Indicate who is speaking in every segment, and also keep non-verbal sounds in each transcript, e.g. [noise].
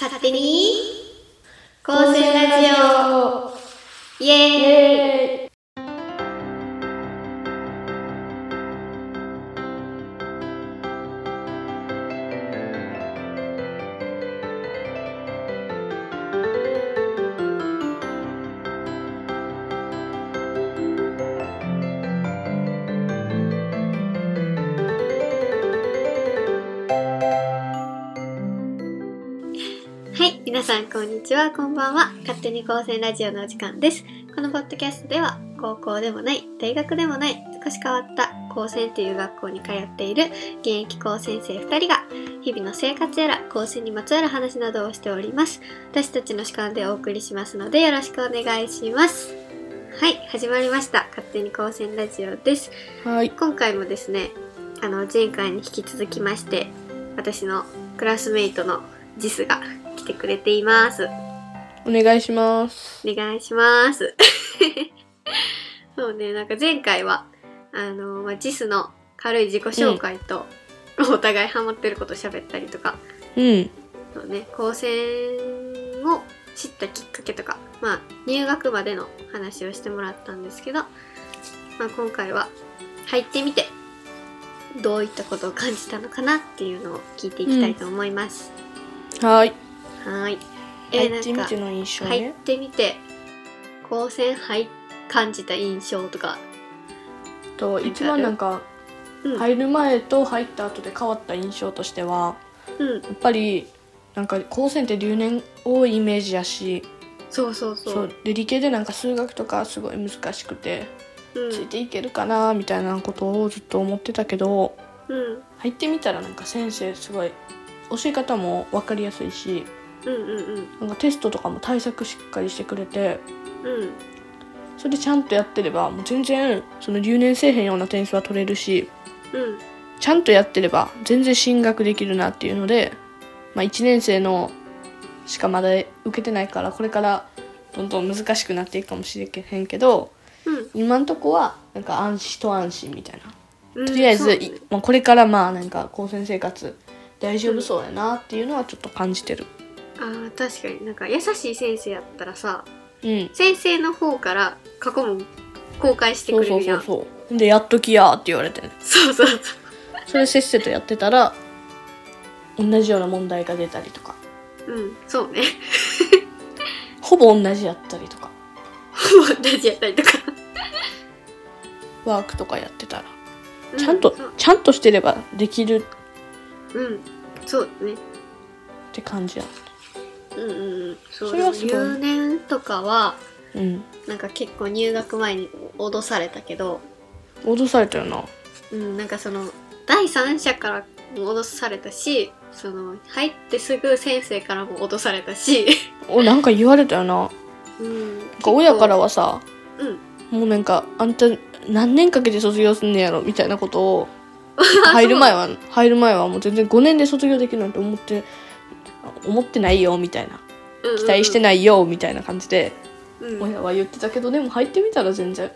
Speaker 1: 勝手に高専ラジオイエーイはい、皆さんこんにちは、こんばんは。勝手に高専ラジオのお時間です。このポッドキャストでは、高校でもない、大学でもない、少し変わった高専という学校に通っている現役高専生2人が、日々の生活やら高専にまつわる話などをしております。私たちの主観でお送りしますので、よろしくお願いします。はい、始まりました。勝手に高専ラジオです。
Speaker 2: はい。
Speaker 1: 今回もですねあの前回に引き続きまして私のクラスメイトのジスが来てくれています
Speaker 2: お願いします。
Speaker 1: お願いします [laughs] そうねなんか前回はあの、まあ、ジスの軽い自己紹介と、お互いハマってること喋ったりとか
Speaker 2: うん。
Speaker 1: そうね高専を知ったきっかけとか、まあ、入学までの話をしてもらったんですけど、まあ、今回は入ってみてどういったことを感じたのかなっていうのを聞いていきたいと思います。
Speaker 2: はい。
Speaker 1: はーい。えー
Speaker 2: 入ってみての印象
Speaker 1: 入っ
Speaker 2: ね。
Speaker 1: てみて高専入感じた印象とか、
Speaker 2: と一番なんか
Speaker 1: うん、
Speaker 2: 入る前と入った後で変わった印象としては、
Speaker 1: うん、
Speaker 2: やっぱりなんか高専って留年多いイメージやし、
Speaker 1: そうそうそう。
Speaker 2: そうで理系でなんか数学とかすごい難しくて
Speaker 1: うん
Speaker 2: ついていけるかなみたいなことをずっと思ってたけど、
Speaker 1: うん
Speaker 2: 入ってみたらなんか先生すごい教え方も分かりやすいし、
Speaker 1: うんうん
Speaker 2: なんかテストとかも対策しっかりしてくれて。
Speaker 1: うんうん
Speaker 2: それちゃんとやってればもう全然その留年せえへんような点数は取れるし
Speaker 1: うん
Speaker 2: ちゃんとやってれば全然進学できるなっていうので、まあ、1年生のしかまだ受けてないからこれからどんどん難しくなっていくかもしれへんけど
Speaker 1: うん
Speaker 2: 今んとこはなんか安心と安心みたいな
Speaker 1: うん。
Speaker 2: とりあえず、
Speaker 1: そう
Speaker 2: い
Speaker 1: ね
Speaker 2: まあ、これからまあなんか高専生活大丈夫そうやなっていうのはちょっと感じてる
Speaker 1: あー確かになんか優しい先生やったらさ
Speaker 2: うん
Speaker 1: 先生の方から過去問公開して
Speaker 2: そ
Speaker 1: く
Speaker 2: う
Speaker 1: れ
Speaker 2: そう
Speaker 1: る
Speaker 2: そ
Speaker 1: やん
Speaker 2: うそうでやっときやーって言われてね
Speaker 1: そうそうそう
Speaker 2: それせっせとやってたら同じような問題が出たりとか
Speaker 1: うんそう
Speaker 2: [laughs]
Speaker 1: ね
Speaker 2: ほぼ同じやったりとか
Speaker 1: ほぼ同じやったりとか、
Speaker 2: ワークとかやってたら
Speaker 1: う
Speaker 2: ちゃんと、
Speaker 1: そう
Speaker 2: ちゃんとしてればできる
Speaker 1: うんそうね
Speaker 2: って感じや
Speaker 1: うんうんうんそう
Speaker 2: それはすごい
Speaker 1: 留年とかは
Speaker 2: うん
Speaker 1: なんか結構入学前に脅されたけど
Speaker 2: 脅されたよな
Speaker 1: うんなんかその第三者からも脅されたしその入ってすぐ先生からも脅されたし、
Speaker 2: おなんか言われたよな
Speaker 1: うん、
Speaker 2: なんか親から
Speaker 1: は
Speaker 2: はさ
Speaker 1: うん
Speaker 2: もうなんかあんた何年かけて卒業すんねやろみたいなこと
Speaker 1: [laughs]
Speaker 2: を入る前は入る前はもう全然5年で卒業できるなんて思って思ってないよみたいな期待して
Speaker 1: な
Speaker 2: ないよみたいな感じで
Speaker 1: い、うん
Speaker 2: 親は言ってたけどでも入ってみたら全然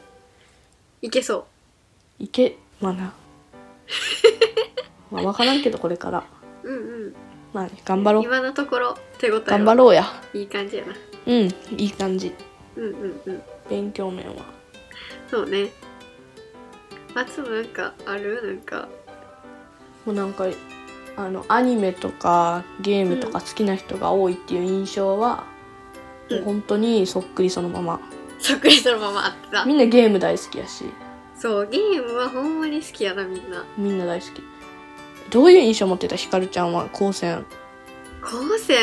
Speaker 1: いけそう
Speaker 2: いけまあ [laughs] なまあ分からんけどこれから
Speaker 1: うんうん
Speaker 2: まあね頑張ろう
Speaker 1: 今のところ手応え
Speaker 2: 頑張
Speaker 1: は
Speaker 2: ろうや
Speaker 1: いい感じやな
Speaker 2: うんいい感じ
Speaker 1: うんうんうん
Speaker 2: 勉強面は
Speaker 1: そうね松もなんかあるなんか
Speaker 2: もうなんかあのアニメとかゲームとか好きな人が多いっていう印象は、
Speaker 1: うん
Speaker 2: もう本当にそっくりそのまま
Speaker 1: そっくりそのままあった
Speaker 2: みんなゲーム大好きやし
Speaker 1: そうゲームはほんまに好きやなみんな
Speaker 2: みんな大好きどういう印象持ってたひかるちゃんは高専
Speaker 1: 高専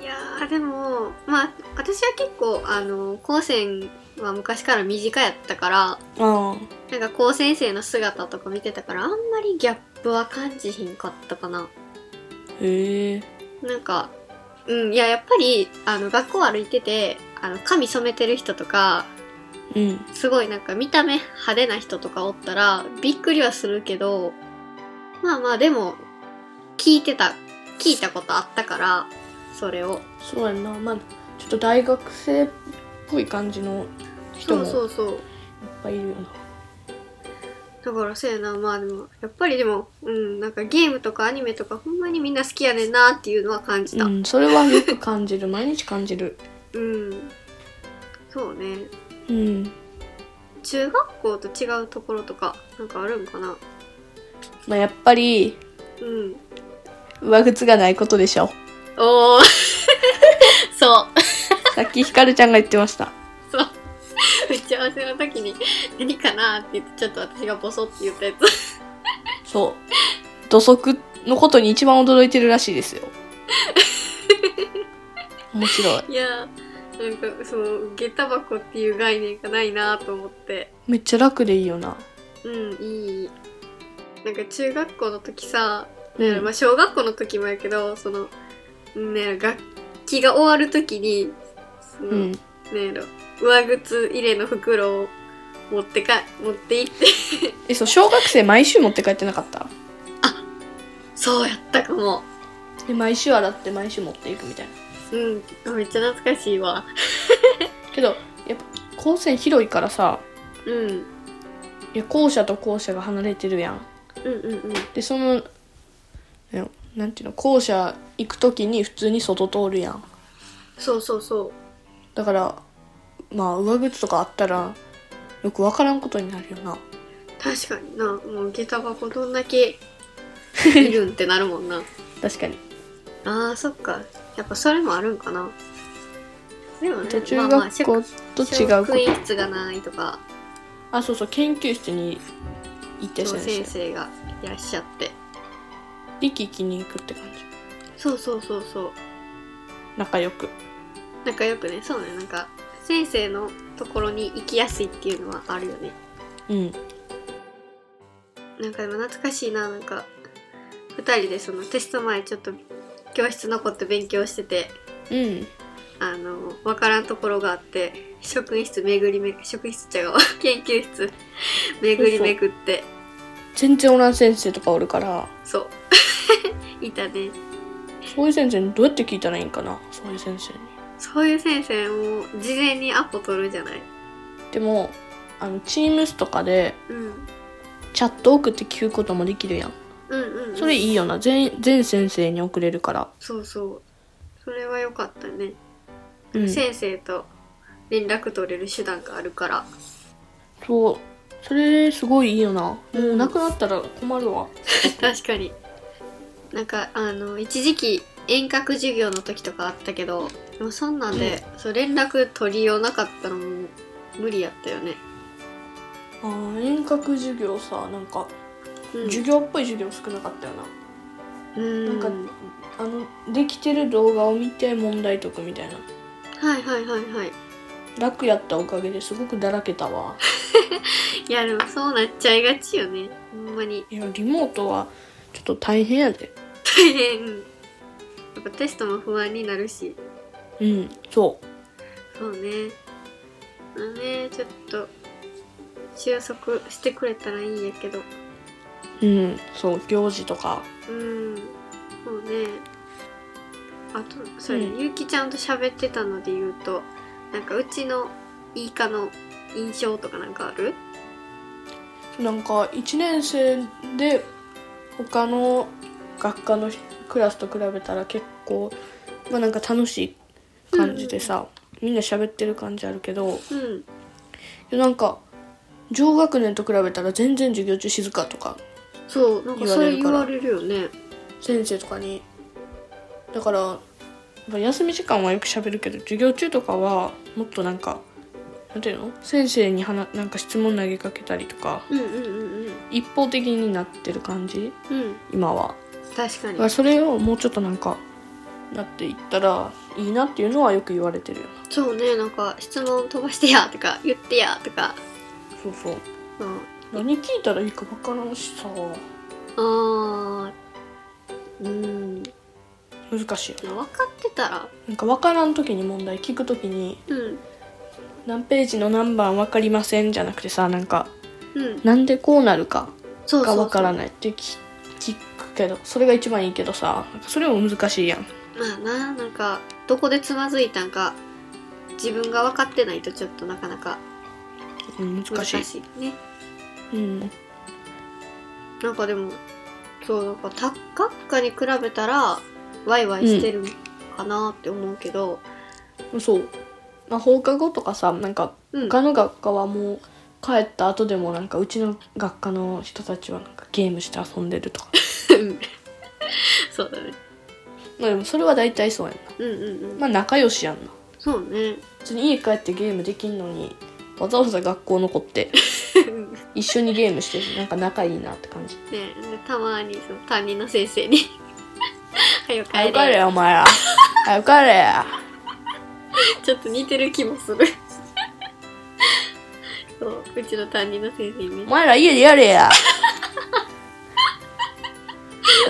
Speaker 1: いやーでもまあ私は結構あの高専は昔から身近やったから
Speaker 2: あ
Speaker 1: なんか高専生の姿とか見てたからあんまりギャップは感じひんかったかな
Speaker 2: へえ
Speaker 1: なんかうんいややっぱりあの学校歩いててあの髪染めてる人とか
Speaker 2: うん
Speaker 1: すごいなんか見た目派手な人とかおったらびっくりはするけどまあまあでも聞いてた聞いたことあったからそれを
Speaker 2: そうやんなまあちょっと大学生っぽい感じの人
Speaker 1: そ
Speaker 2: も
Speaker 1: う
Speaker 2: いっ
Speaker 1: そうそう
Speaker 2: ぱいいるよな
Speaker 1: だからそうやなまあでもやっぱりでもうんなんかゲームとかアニメとかほんまにみんな好きやねんなっていうのは感じた
Speaker 2: う
Speaker 1: うん、
Speaker 2: ん、それはよく感じる毎日感じる
Speaker 1: そうね
Speaker 2: うん
Speaker 1: 中学校と違うところとかなんかあるんかな
Speaker 2: まあやっぱり
Speaker 1: うん
Speaker 2: 上靴がないことでし [laughs] ょ
Speaker 1: おお [laughs] そう
Speaker 2: さっきひかるちゃんが言ってました
Speaker 1: そう打ち合わせの時に「何かな?」って言ってちょっと私がボソって言ったやつ
Speaker 2: そう土足のことに一番驚いてるらしいですよ [laughs] 面白い
Speaker 1: いやーなんかその下駄箱っていう概念がないなと思って
Speaker 2: めっちゃ楽でいいよな
Speaker 1: うんいいなんか中学校の時さ、
Speaker 2: うん
Speaker 1: なんやろまあ、小学校の時もやけどそのね楽器が終わる時にその、
Speaker 2: うん
Speaker 1: ねやろ上靴入れの袋を持ってか持っていって [laughs]
Speaker 2: えそう小学生毎週持って帰ってなかった
Speaker 1: そうやったかも
Speaker 2: で毎週洗って毎週持っていくみたいな
Speaker 1: うんあめっちゃ懐かしいわ
Speaker 2: けどやっぱ高専広いからさ
Speaker 1: うん
Speaker 2: いや校舎と校舎が離れてるやん
Speaker 1: うんうんうん
Speaker 2: でそのえなんていうの校舎行く時に普通に外通るやん
Speaker 1: そうそうそう
Speaker 2: だからまあ上靴とかあったらよくわからんことになるよな
Speaker 1: 確かになもう下駄箱どんだけいるんってなるもんな
Speaker 2: 確かに
Speaker 1: あーそっかやっぱそれもあるんかなでもね
Speaker 2: 中
Speaker 1: まあまあ
Speaker 2: 学校と違うこ
Speaker 1: 職員室がないとか
Speaker 2: とあそうそう研究室に行って
Speaker 1: そう
Speaker 2: 先
Speaker 1: 先
Speaker 2: 生
Speaker 1: 生がいらっしゃって
Speaker 2: 力気に行くって感じ
Speaker 1: そうそうそうそう
Speaker 2: 仲良く
Speaker 1: なんかよくねそうねなんか先生のところに行きやすいっていうのはあるよね
Speaker 2: うん
Speaker 1: なんか今懐かしいななんか2人でそのテスト前ちょっと教室残って勉強してて
Speaker 2: うん
Speaker 1: あの分からんところがあって職員室巡りめ職員室ちゃうわ研究室巡り巡って
Speaker 2: 全然おらん先生とかおるから
Speaker 1: そう [laughs] いたね
Speaker 2: そういう先生にどうやって聞いたらいいんかなそういう先生に
Speaker 1: そういう先生も事前にアポ取るじゃない
Speaker 2: でもあの Teams とかで
Speaker 1: うん
Speaker 2: チャット送って聞くこともできるやん
Speaker 1: うんうんうん
Speaker 2: それいいよな全全先生に送れるから
Speaker 1: そうそうそれは良かったね、
Speaker 2: うんそう
Speaker 1: 先生と連絡取れる手段がある
Speaker 2: [laughs]
Speaker 1: から
Speaker 2: それすごいいいよなも
Speaker 1: うん
Speaker 2: うなくなったら困るわ
Speaker 1: 確かになんかあの一時期遠隔授業の時とかあったけどもうそんなんで、そう連絡取りようなかったらもう無理やったよね、
Speaker 2: あー遠隔授業さなんか
Speaker 1: うん、
Speaker 2: 授業っぽい授業少なかったよな、
Speaker 1: うん
Speaker 2: なんかあのできてる動画を見て問題解くみたいな
Speaker 1: はいはいはいはい
Speaker 2: 楽やったおかげですごくだらけた [laughs] わ
Speaker 1: いやでもそうなっちゃいがちよねほんまに
Speaker 2: いやリモートはちょっと大変やで
Speaker 1: 大変 [laughs] やっぱテストも不安になるし
Speaker 2: うんそう
Speaker 1: そうねまあねちょっと収束してくれたらいいんやけど
Speaker 2: うん、そう行事とか
Speaker 1: うんそうねあとそれ、
Speaker 2: うん
Speaker 1: ゆうきちゃんと喋ってたので言うとなんかうちのイイカの印象とかなんかある
Speaker 2: なんか1年生で他の学科のクラスと比べたら結構まあなんか楽しい感じでさ、みんな喋ってる感じあるけど
Speaker 1: うん
Speaker 2: なんか上学年と比べたら全然授業中静かとか
Speaker 1: そうなんかそれ言
Speaker 2: 言わ
Speaker 1: わ
Speaker 2: れ
Speaker 1: れるよね
Speaker 2: 先生とかにだからやっぱ休み時間はよく喋るけど授業中とかはもっとなんかなんていうの先生にはななんか質問投げかけたりとか
Speaker 1: うんうんうんうん
Speaker 2: 一方的になってる感じ
Speaker 1: うん
Speaker 2: 今は
Speaker 1: 確か
Speaker 2: だ
Speaker 1: に
Speaker 2: からそれをもうちょっとなんかなっていったらいいなっていうのはよく言われてるよな
Speaker 1: そうねなんか質問飛ばしてやとか言ってやとか
Speaker 2: そうそう
Speaker 1: うん
Speaker 2: 何聞いたらいいか分からんしさ
Speaker 1: あーうん
Speaker 2: 難しいよ
Speaker 1: 分かってたら
Speaker 2: なんか分からん時に問題聞く時に
Speaker 1: うん
Speaker 2: 何ページの何番分かりませんじゃなくてさなんか
Speaker 1: うん
Speaker 2: なんでこうなるか
Speaker 1: そうそ
Speaker 2: が
Speaker 1: うそ
Speaker 2: 分
Speaker 1: う
Speaker 2: からないって聞聞くけどそれが一番いいけどさなんかそれも難しいやん
Speaker 1: まあななんかどこでつまずいたんか自分が分かってないとちょっとなかなか
Speaker 2: うん難
Speaker 1: 難
Speaker 2: しい
Speaker 1: しいね
Speaker 2: うん
Speaker 1: なんかでもそうなんか多学科に比べたらワイワイしてるかなって思うけど、
Speaker 2: そう、まあ、放課後とかさなんか
Speaker 1: うん
Speaker 2: 他の学科はもう帰った後でもなんかうちの学科の人たちはなんかゲームして遊んでるとか
Speaker 1: [laughs] そうだね
Speaker 2: [laughs] まあでもそれは大体そうやんな
Speaker 1: うんうんうん、
Speaker 2: まあ仲良しやんな
Speaker 1: そうね
Speaker 2: 別に家帰ってゲームできんのにわざわざ学校残 [laughs] って
Speaker 1: うん
Speaker 2: 一緒にゲームしてるなんか仲いいなって感じ
Speaker 1: ねでたまにその担任の先生に [laughs] はよ帰
Speaker 2: 早
Speaker 1: れ
Speaker 2: く帰れよお前ら早く帰れや
Speaker 1: ちょっと似てる気もする [laughs] そううちの担任の先生に
Speaker 2: お
Speaker 1: ね
Speaker 2: 前ら家でやれ [laughs] や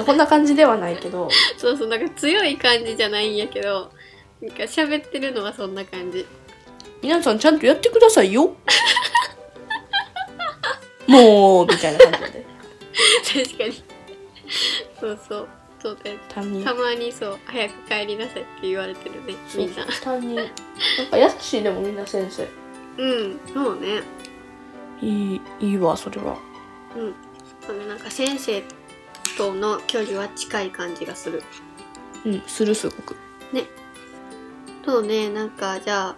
Speaker 2: こんな感じではないけど
Speaker 1: そうそうなんか強い感じじゃないんやけどなんか喋ってるのはそんな感じ [laughs]
Speaker 2: 皆さんちゃんとやってください [laughs] よもうみたいな感じで
Speaker 1: 確かにそうそうそうだよ
Speaker 2: 担任
Speaker 1: たまにそう早く帰りなさいって言われてるねみんな
Speaker 2: 担
Speaker 1: [laughs]
Speaker 2: 任なんか優しいでもみんな先生
Speaker 1: うんそうね
Speaker 2: いいいいわそれは
Speaker 1: うんあのなんか先生との距離は近い感じがする
Speaker 2: うんするすごく
Speaker 1: そうねなんかじゃあ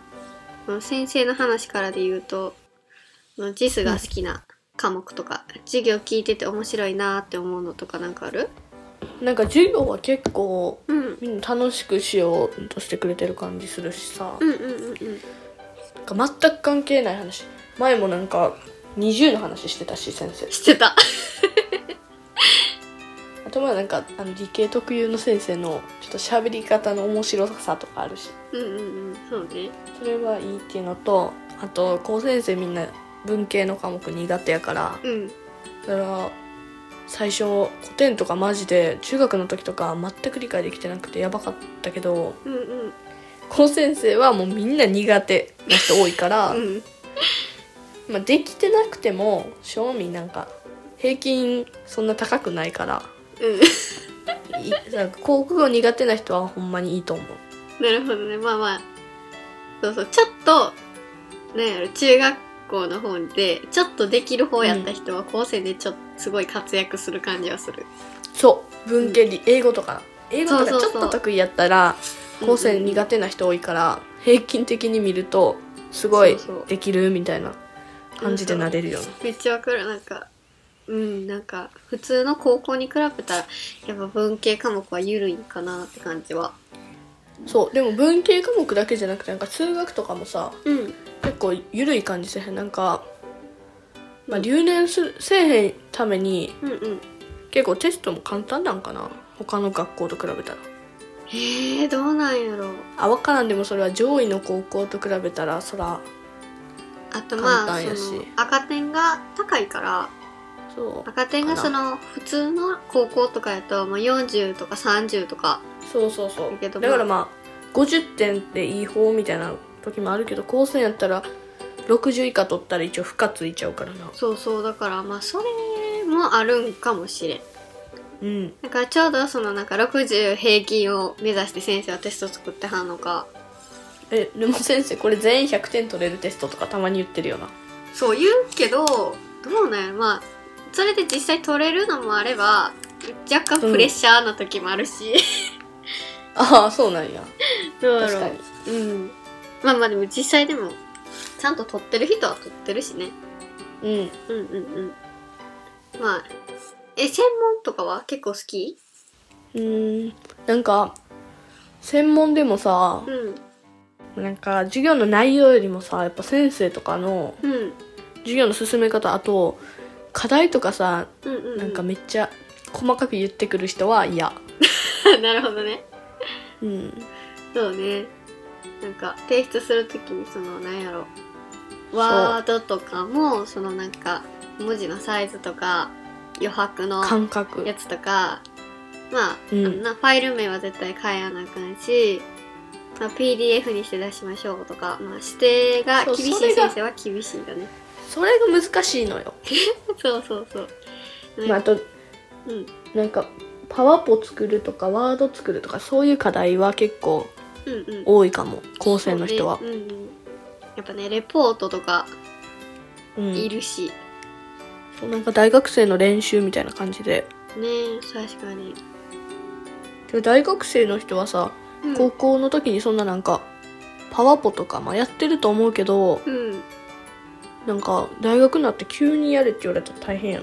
Speaker 1: この先生の話からで言うとこのジスが好きな科目とか、授業聞いてて面白いなーって思うのとかなんかある
Speaker 2: なんか授業は結構
Speaker 1: うん
Speaker 2: みんな楽しくしようとしてくれてる感じするしさ、
Speaker 1: うんうんうんうん
Speaker 2: なんか全く関係ない話前もなんか二重の話してたし先生
Speaker 1: してた
Speaker 2: あとはなんかあの理系特有の先生のちょっと喋り方の面白さとかあるし
Speaker 1: うんうんうんそうね
Speaker 2: それはいいっていうのとあと高先生みんな文系の科目苦手やから
Speaker 1: うん
Speaker 2: だから最初古典とかマジで中学の時とか全く理解できてなくてやばかったけど
Speaker 1: うんうん
Speaker 2: 高先生はもうみんな苦手な人多いから、
Speaker 1: [laughs] うん
Speaker 2: まあ、できてなくても賞味なんか平均そんな高くないから
Speaker 1: うん
Speaker 2: いなんか航空語苦手な人はほんまにいいと思う。
Speaker 1: なるほどねまあまあそうそうちょっとなんやろ中学校の方でちょっとできる方やった人は高専でちょっとすごい活躍する感じはする
Speaker 2: そう文系理、英語とか英語と
Speaker 1: そう
Speaker 2: かち
Speaker 1: そ
Speaker 2: ょ
Speaker 1: う
Speaker 2: っ
Speaker 1: そう
Speaker 2: と得意やったら
Speaker 1: うん
Speaker 2: 高専苦手な人多いから平均的に見るとすごい
Speaker 1: そうそう
Speaker 2: できるみたいな感じでなれるよね
Speaker 1: めっちゃわかるなんかうんなんか普通の高校に比べたらやっぱ文系科目は緩いんかなって感じは
Speaker 2: そうでも文系科目だけじゃなくてなんか数学とかもさ
Speaker 1: うん
Speaker 2: 結構緩い感じせへんなんか、まあ、留年するせえへんために
Speaker 1: うんうん
Speaker 2: 結構テストも簡単なんかな他の学校と比べたら
Speaker 1: へえどうなんやろう
Speaker 2: あ分からんでもそれは上位の高校と比べたらそら
Speaker 1: あとまあ
Speaker 2: 簡単やし
Speaker 1: その赤点が高いから
Speaker 2: そう
Speaker 1: 赤点がその普通の高校とかやと、まあ、40とか30とか
Speaker 2: そうそうそ
Speaker 1: だ
Speaker 2: う
Speaker 1: けど
Speaker 2: だからまあ50点っていい方みたいな時もあるけど高専やったら60以下取ったら一応負荷ついちゃうからな
Speaker 1: そうそうだからまあそれもあるんかもしれん
Speaker 2: うん
Speaker 1: だからちょうどそのなんか60平均を目指して先生はテスト作ってはんのか
Speaker 2: えでも先生これ全員100点取れるテストとかたまに言ってるよな
Speaker 1: そう言うけどどうなんやろまあそれで実際取れるのもあれば若干プレッシャーな時もあるし、
Speaker 2: ああそうなんや
Speaker 1: どうや
Speaker 2: 確
Speaker 1: ろ
Speaker 2: か
Speaker 1: う
Speaker 2: に
Speaker 1: うんまあまあでも実際でもちゃんと取ってる人は取ってるしね
Speaker 2: うん
Speaker 1: うんうんうんまあえ専門とかは結構好き
Speaker 2: うーんなんか専門でもさ
Speaker 1: うん
Speaker 2: なんか授業の内容よりもさやっぱ先生とかの
Speaker 1: うん
Speaker 2: 授業の進め方あと課題とかさ
Speaker 1: うんうんうん
Speaker 2: なんかめっちゃ細かく言ってくる人は嫌
Speaker 1: [laughs] なるほどね
Speaker 2: うん
Speaker 1: そうねなんか提出するときにそのなんやろワードとかもそのなんか文字のサイズとか余白の
Speaker 2: 感覚
Speaker 1: やつとかまあ、
Speaker 2: うん
Speaker 1: あのなファイル名は絶対変えなあかんし、まあ、PDF にして出しましょうとか、まあ、指定が
Speaker 2: そう
Speaker 1: 厳しい
Speaker 2: それが
Speaker 1: 先生は厳しい
Speaker 2: [laughs]
Speaker 1: よね
Speaker 2: それが難しいのよ、
Speaker 1: そうそうそううん
Speaker 2: まあ、あと
Speaker 1: うん
Speaker 2: なんかパワポ作るとかワード作るとかそういう課題は結構
Speaker 1: うんうん
Speaker 2: 多いかも高専の人は
Speaker 1: そうねうんうんやっぱねレポートとか
Speaker 2: うん
Speaker 1: いるし、
Speaker 2: そうなんか大学生の練習みたいな感じで
Speaker 1: ねえ確かに、
Speaker 2: でも大学生の人はさ
Speaker 1: うん、
Speaker 2: 高校の時にそんななんかパワポとか、まあ、やってると思うけど
Speaker 1: うん
Speaker 2: なんか大学になって急にやれって言われたら大変やん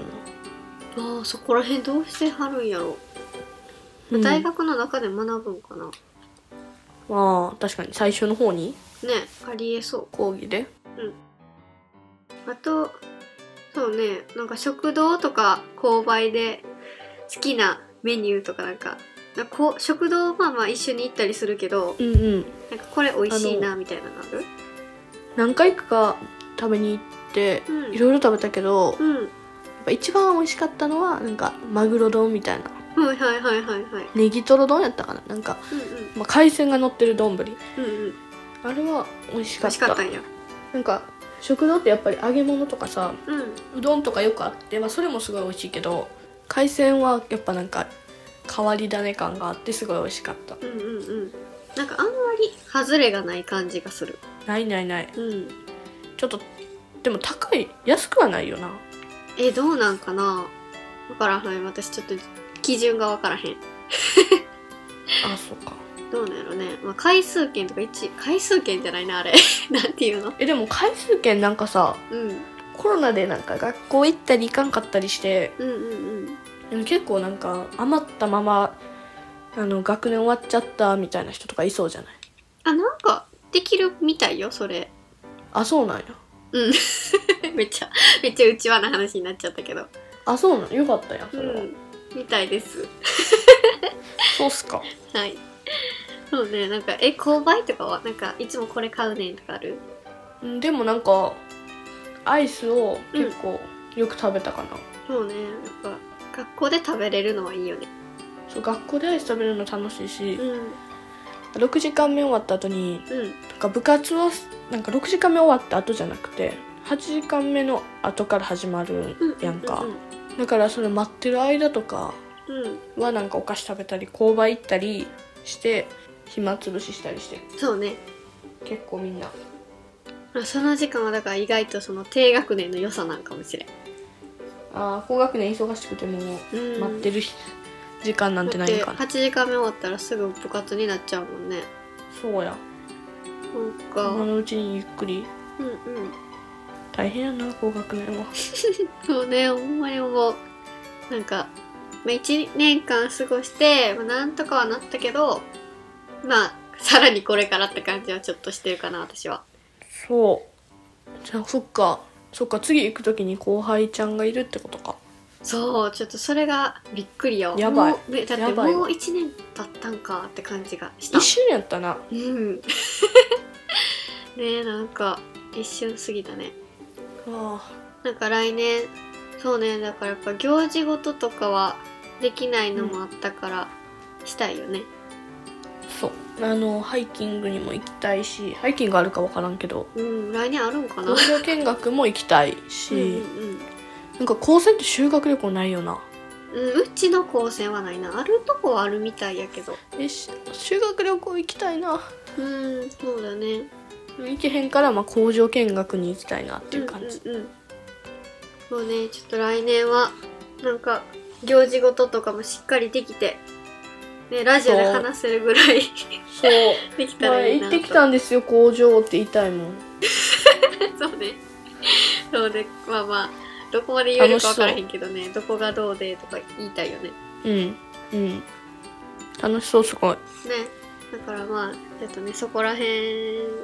Speaker 2: な、
Speaker 1: ああそこら辺どうしてはるんやろ、
Speaker 2: うん
Speaker 1: 大学の中で学ぶんかなね
Speaker 2: まあ確かに最初の方に
Speaker 1: ありえそ
Speaker 2: 講義で
Speaker 1: うあとそうねなんか食堂とか購買で好きなメニューとかなんかなんかこう食堂まあまあ一緒に行ったりするけど
Speaker 2: うんうん
Speaker 1: なんかこれ美味しいなみたいなのある
Speaker 2: 何回か食べに行って
Speaker 1: うん
Speaker 2: いろいろ食べたけど、やっ
Speaker 1: うん
Speaker 2: ぱ一番美味しかったのはなんかマグロ丼みたいな
Speaker 1: はいはいはいはいはい
Speaker 2: ネギトロ丼やったかななんか、
Speaker 1: う
Speaker 2: まあ、海鮮が乗ってる丼
Speaker 1: んうんうんうん
Speaker 2: あれは美味し
Speaker 1: 美
Speaker 2: かっ
Speaker 1: 味したかったんや
Speaker 2: なんか食堂ってやっぱり揚げ物とかさ
Speaker 1: うん
Speaker 2: うどんとかよくあって、まあ、それもすごい美味しいけど海鮮はやっぱなんか変わり種感があってすごい美味しかった
Speaker 1: うんうんうんなんかあんまり外れがない感じがする
Speaker 2: ないないない
Speaker 1: うん
Speaker 2: ちょっとでも高い安くはないよな
Speaker 1: えどうなんかなわからへん私ちょっと基準がわからへん
Speaker 2: あそうか
Speaker 1: どうなんやろね、まあ、回数券とか一回数券じゃないなあれ [laughs] なんていうの
Speaker 2: えでも回数券なんかさ
Speaker 1: うん
Speaker 2: コロナでなんか学校行ったり行かんかったりして
Speaker 1: うんうんうん
Speaker 2: でも結構なんか余ったままあの学年終わっちゃったみたいな人とかいそうじゃない
Speaker 1: あなんかできるみたいよそれ [laughs]
Speaker 2: あそうなんや
Speaker 1: めっちゃめっちゃうちわな話になっちゃったけど
Speaker 2: あそうなんよかったや
Speaker 1: う
Speaker 2: んそれは、
Speaker 1: んみたいです
Speaker 2: そうっすか
Speaker 1: はいそうねなんかえ購買とかはなんかいつもこれ買うねんとかある
Speaker 2: うんでもなんかアイスを結構よく食べたかな、
Speaker 1: そうねやっぱ学校で食べれるのはいいよね
Speaker 2: そう学校でアイス食べるの楽しいし、
Speaker 1: うん
Speaker 2: 6時間目終わった後に
Speaker 1: うん
Speaker 2: なんか部活のなんか6時間目終わった後じゃなくて8時間目の後から始まる
Speaker 1: うん
Speaker 2: やんか、
Speaker 1: う
Speaker 2: だからそれ待ってる間とか
Speaker 1: うん、うん
Speaker 2: はなんかお菓子食べたり購買行ったりして暇つぶししたりして
Speaker 1: そうね
Speaker 2: 結構みんな
Speaker 1: まあその時間はだから意外とその低学年の良さなんかもしれん、
Speaker 2: あー高学年忙しくても
Speaker 1: うん
Speaker 2: 待ってる日時間なんてないんかな
Speaker 1: だって8時間目終わったらすぐ部活になっちゃうもんね
Speaker 2: そうや
Speaker 1: そうか、
Speaker 2: 今
Speaker 1: うん、うん [laughs]
Speaker 2: のうちにゆっくり大変やな高学年は
Speaker 1: そうねほんまに思うなんか、まあ、1年間過ごして、まあ、なんとかはなったけどまあさらにこれからって感じはちょっとしてるかな私は
Speaker 2: そうじゃあそっかそっか次行く時に後輩ちゃんがいるってことか
Speaker 1: そうちょっとそれがびっくりよ
Speaker 2: やばい
Speaker 1: もうねだって
Speaker 2: やばいわ
Speaker 1: もう1年経ったんかって感じがした
Speaker 2: 一瞬やったな
Speaker 1: うん [laughs] ねえなんか一瞬過ぎたね
Speaker 2: あ
Speaker 1: なんか来年そうねだからやっぱ行事ごととかはできないのもあったから、したいよね
Speaker 2: そうあのハイキングにも行きたいしハイキングあるか分からんけど
Speaker 1: うん来年あるんかな
Speaker 2: 農場見学も行きたいし、
Speaker 1: うんうん
Speaker 2: なんか高専って修学旅行ないよな
Speaker 1: うん、うん、うちの高専はないなあるとこはあるみたいやけど
Speaker 2: えし修学旅行行きたいな
Speaker 1: うんそうだね
Speaker 2: 行けへんから、まあ、工場見学に行きたいなっていう感じ、
Speaker 1: うんうんうんもうねちょっと来年はなんか行事ごととかもしっかりできて、ね、ラジオで話せるぐらい
Speaker 2: そう
Speaker 1: できたらいい
Speaker 2: 前行
Speaker 1: な
Speaker 2: っ
Speaker 1: と
Speaker 2: てきたんですよ工場って言いたいもん
Speaker 1: [laughs] そうね。そうね。まあまあ、どこまで言えるか分からへんけどね、どこがどうでとか言いたいよね。ね。
Speaker 2: うんうん楽しそうすごい
Speaker 1: だからまあ、ちょっとね、そこら辺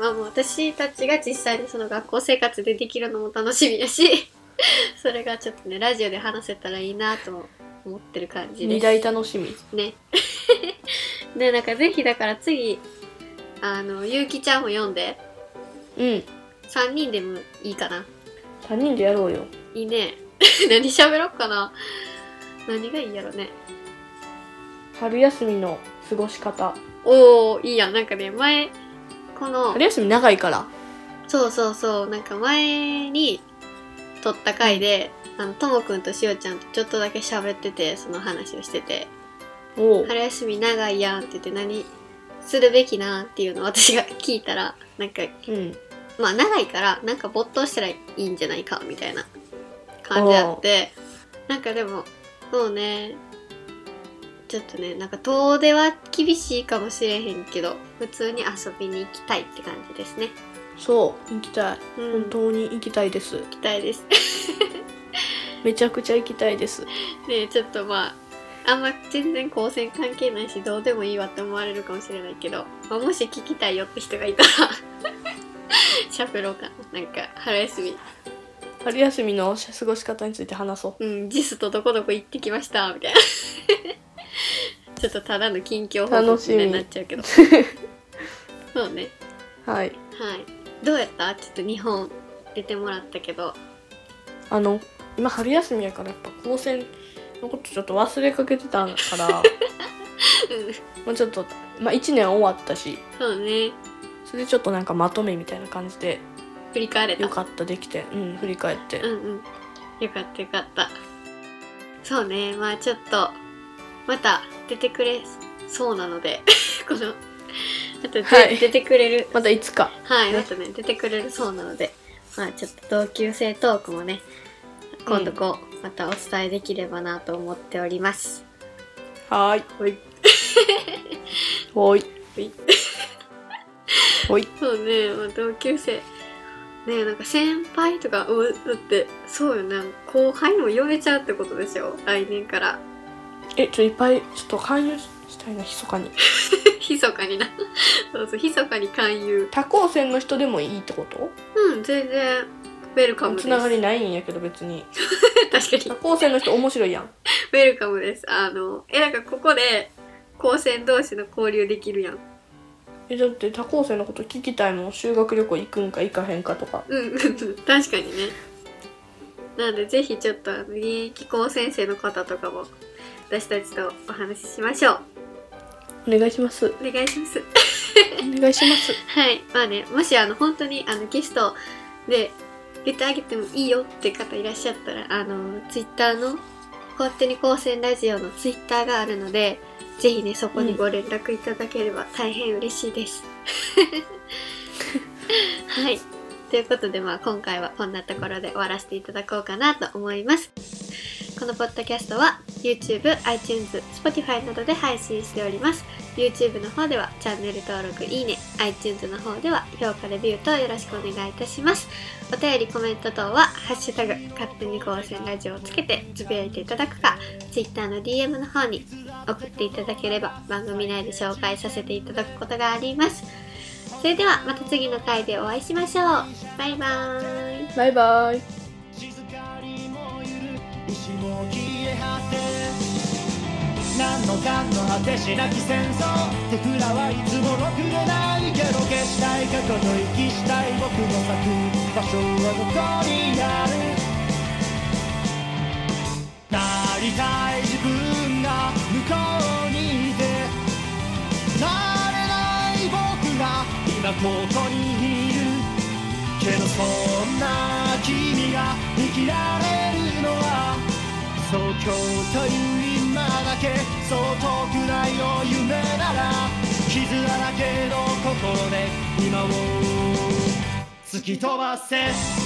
Speaker 1: はもう私たちが実際にその学校生活でできるのも楽しみやし、 [laughs] それがちょっとね、ラジオで話せたらいいなと思ってる感じ
Speaker 2: 二
Speaker 1: です。
Speaker 2: 大楽しみ
Speaker 1: ね。 [laughs] ね、なんかぜひだから次、あの、ゆうきちゃんも読んで、
Speaker 2: うん
Speaker 1: 3人でもいいかな。
Speaker 2: 3人でやろうよ
Speaker 1: いいね。 [laughs] 何喋ろっかな。何がいいやろね。
Speaker 2: 春休みの過ごし方
Speaker 1: おおいいやんなんかね前この
Speaker 2: 春休み長いから
Speaker 1: そうそうそうなんか前に撮った回であのともくんとしおちゃんとちょっとだけ喋っててその話をしてて
Speaker 2: おう
Speaker 1: 春休み長いやんって言って何するべきなっていうのを私が聞いたらなんか
Speaker 2: うん
Speaker 1: まあ長いからなんか没頭したらいいんじゃないかみたいな感じあってなんかでもそうねちょっとねなんか遠出は厳しいかもしれへんけど普通に遊びに行きたいって感じですね
Speaker 2: そう行きたい、
Speaker 1: うん
Speaker 2: 本当に行きたいです
Speaker 1: 行きたいです [laughs]
Speaker 2: めちゃくちゃ行きたいです
Speaker 1: ねちょっとまああんま全然高専関係ないしどうでもいいわって思われるかもしれないけど、まあもし聞きたいよって人がいたら [laughs] しゃべろうかななんか春休み
Speaker 2: 春休みの過ごし方について話そう
Speaker 1: うん、ジスとどこどこ行ってきましたみたいな [laughs] ちょっとただの近況報告みたいになっちゃうけどそうね
Speaker 2: はい
Speaker 1: はいどうやったちょっと日本出てもらったけど [laughs]
Speaker 2: あの今春休みやからやっぱ高専のことちょっと忘れかけてた [laughs] から
Speaker 1: うん
Speaker 2: まあちょっと、まあ、1年終わったし
Speaker 1: そうね
Speaker 2: それでちょっとなんかまとめみたいな感じで
Speaker 1: 振り返れた
Speaker 2: よかったできて、うん、振り返って、
Speaker 1: うんうんよかったよかったそうねまあちょっとまた出てくれそうなので [laughs] このあと、
Speaker 2: はい
Speaker 1: 出てくれる
Speaker 2: またいつか
Speaker 1: はい、
Speaker 2: ね
Speaker 1: またね、出てくれるそうなので、まあちょっと同級生トークもね、今度こう、またお伝えできればなと思っております。
Speaker 2: はーい
Speaker 1: ほい。
Speaker 2: ほい
Speaker 1: ほい
Speaker 2: ほい
Speaker 1: そうね、まあ、同級生。ねなんか先輩とか、うだって、そうよね、後輩も呼べちゃうってことでしょ来年から。 [laughs]
Speaker 2: えちょっといっぱいちょっと勧誘したいな密かに
Speaker 1: 密かにな。 [laughs] そうそう、密かに勧誘。
Speaker 2: 他高専の人でもいいってこと
Speaker 1: うん、全然、ウェルカムです。
Speaker 2: つながりないんやけど別に
Speaker 1: [laughs] 確かに
Speaker 2: 他。高専の人面白いやん
Speaker 1: ウェルカムです。あの、え、なんかここで、高専同士の交流できるやん。
Speaker 2: えだって他高専のこと聞きたいもん修学旅行行くんか行かへんかとか
Speaker 1: うんうんうん確かにねなのでぜひちょっとあの現役高先生の方とかも私たちとお話ししましょう
Speaker 2: お願いします
Speaker 1: お願いします
Speaker 2: お願いします
Speaker 1: はいまあねもしあの本当にあのゲストで出てあげてもいいよって方いらっしゃったらあのツイッターの勝手に高専ラジオのツイッターがあるのでぜひねそこにご連絡いただければ大変嬉しいです、はいということで、まあ、今回はこんなところで終わらせていただこうかなと思います。このポッドキャストは YouTube、iTunes、Spotify などで配信しております。YouTube の方ではチャンネル登録、いいね、iTunes の方では評価、レビューとよろしくお願いいたします。お便り、コメント等は、ハッシュタグ、勝手に高専ラジオをつけてつぶやいていただくか、Twitter の DM の方に送っていただければ番組内で紹介させていただくことがあります。それではまた次の回でお会いしましょうバイバーイ
Speaker 2: バイバイ
Speaker 3: 静かにもゆる石も消え果て何のかの果てしなき戦争手札はいつもろくれないけど消したい過去と息したい僕の咲く場所はどこにあるなりたい自分が向こうにいてなれない僕が今ここにいるけどそんな君が生きられるのはそう今日という今だけそう遠くないよ夢なら傷だらけの心で今を突き飛ばせ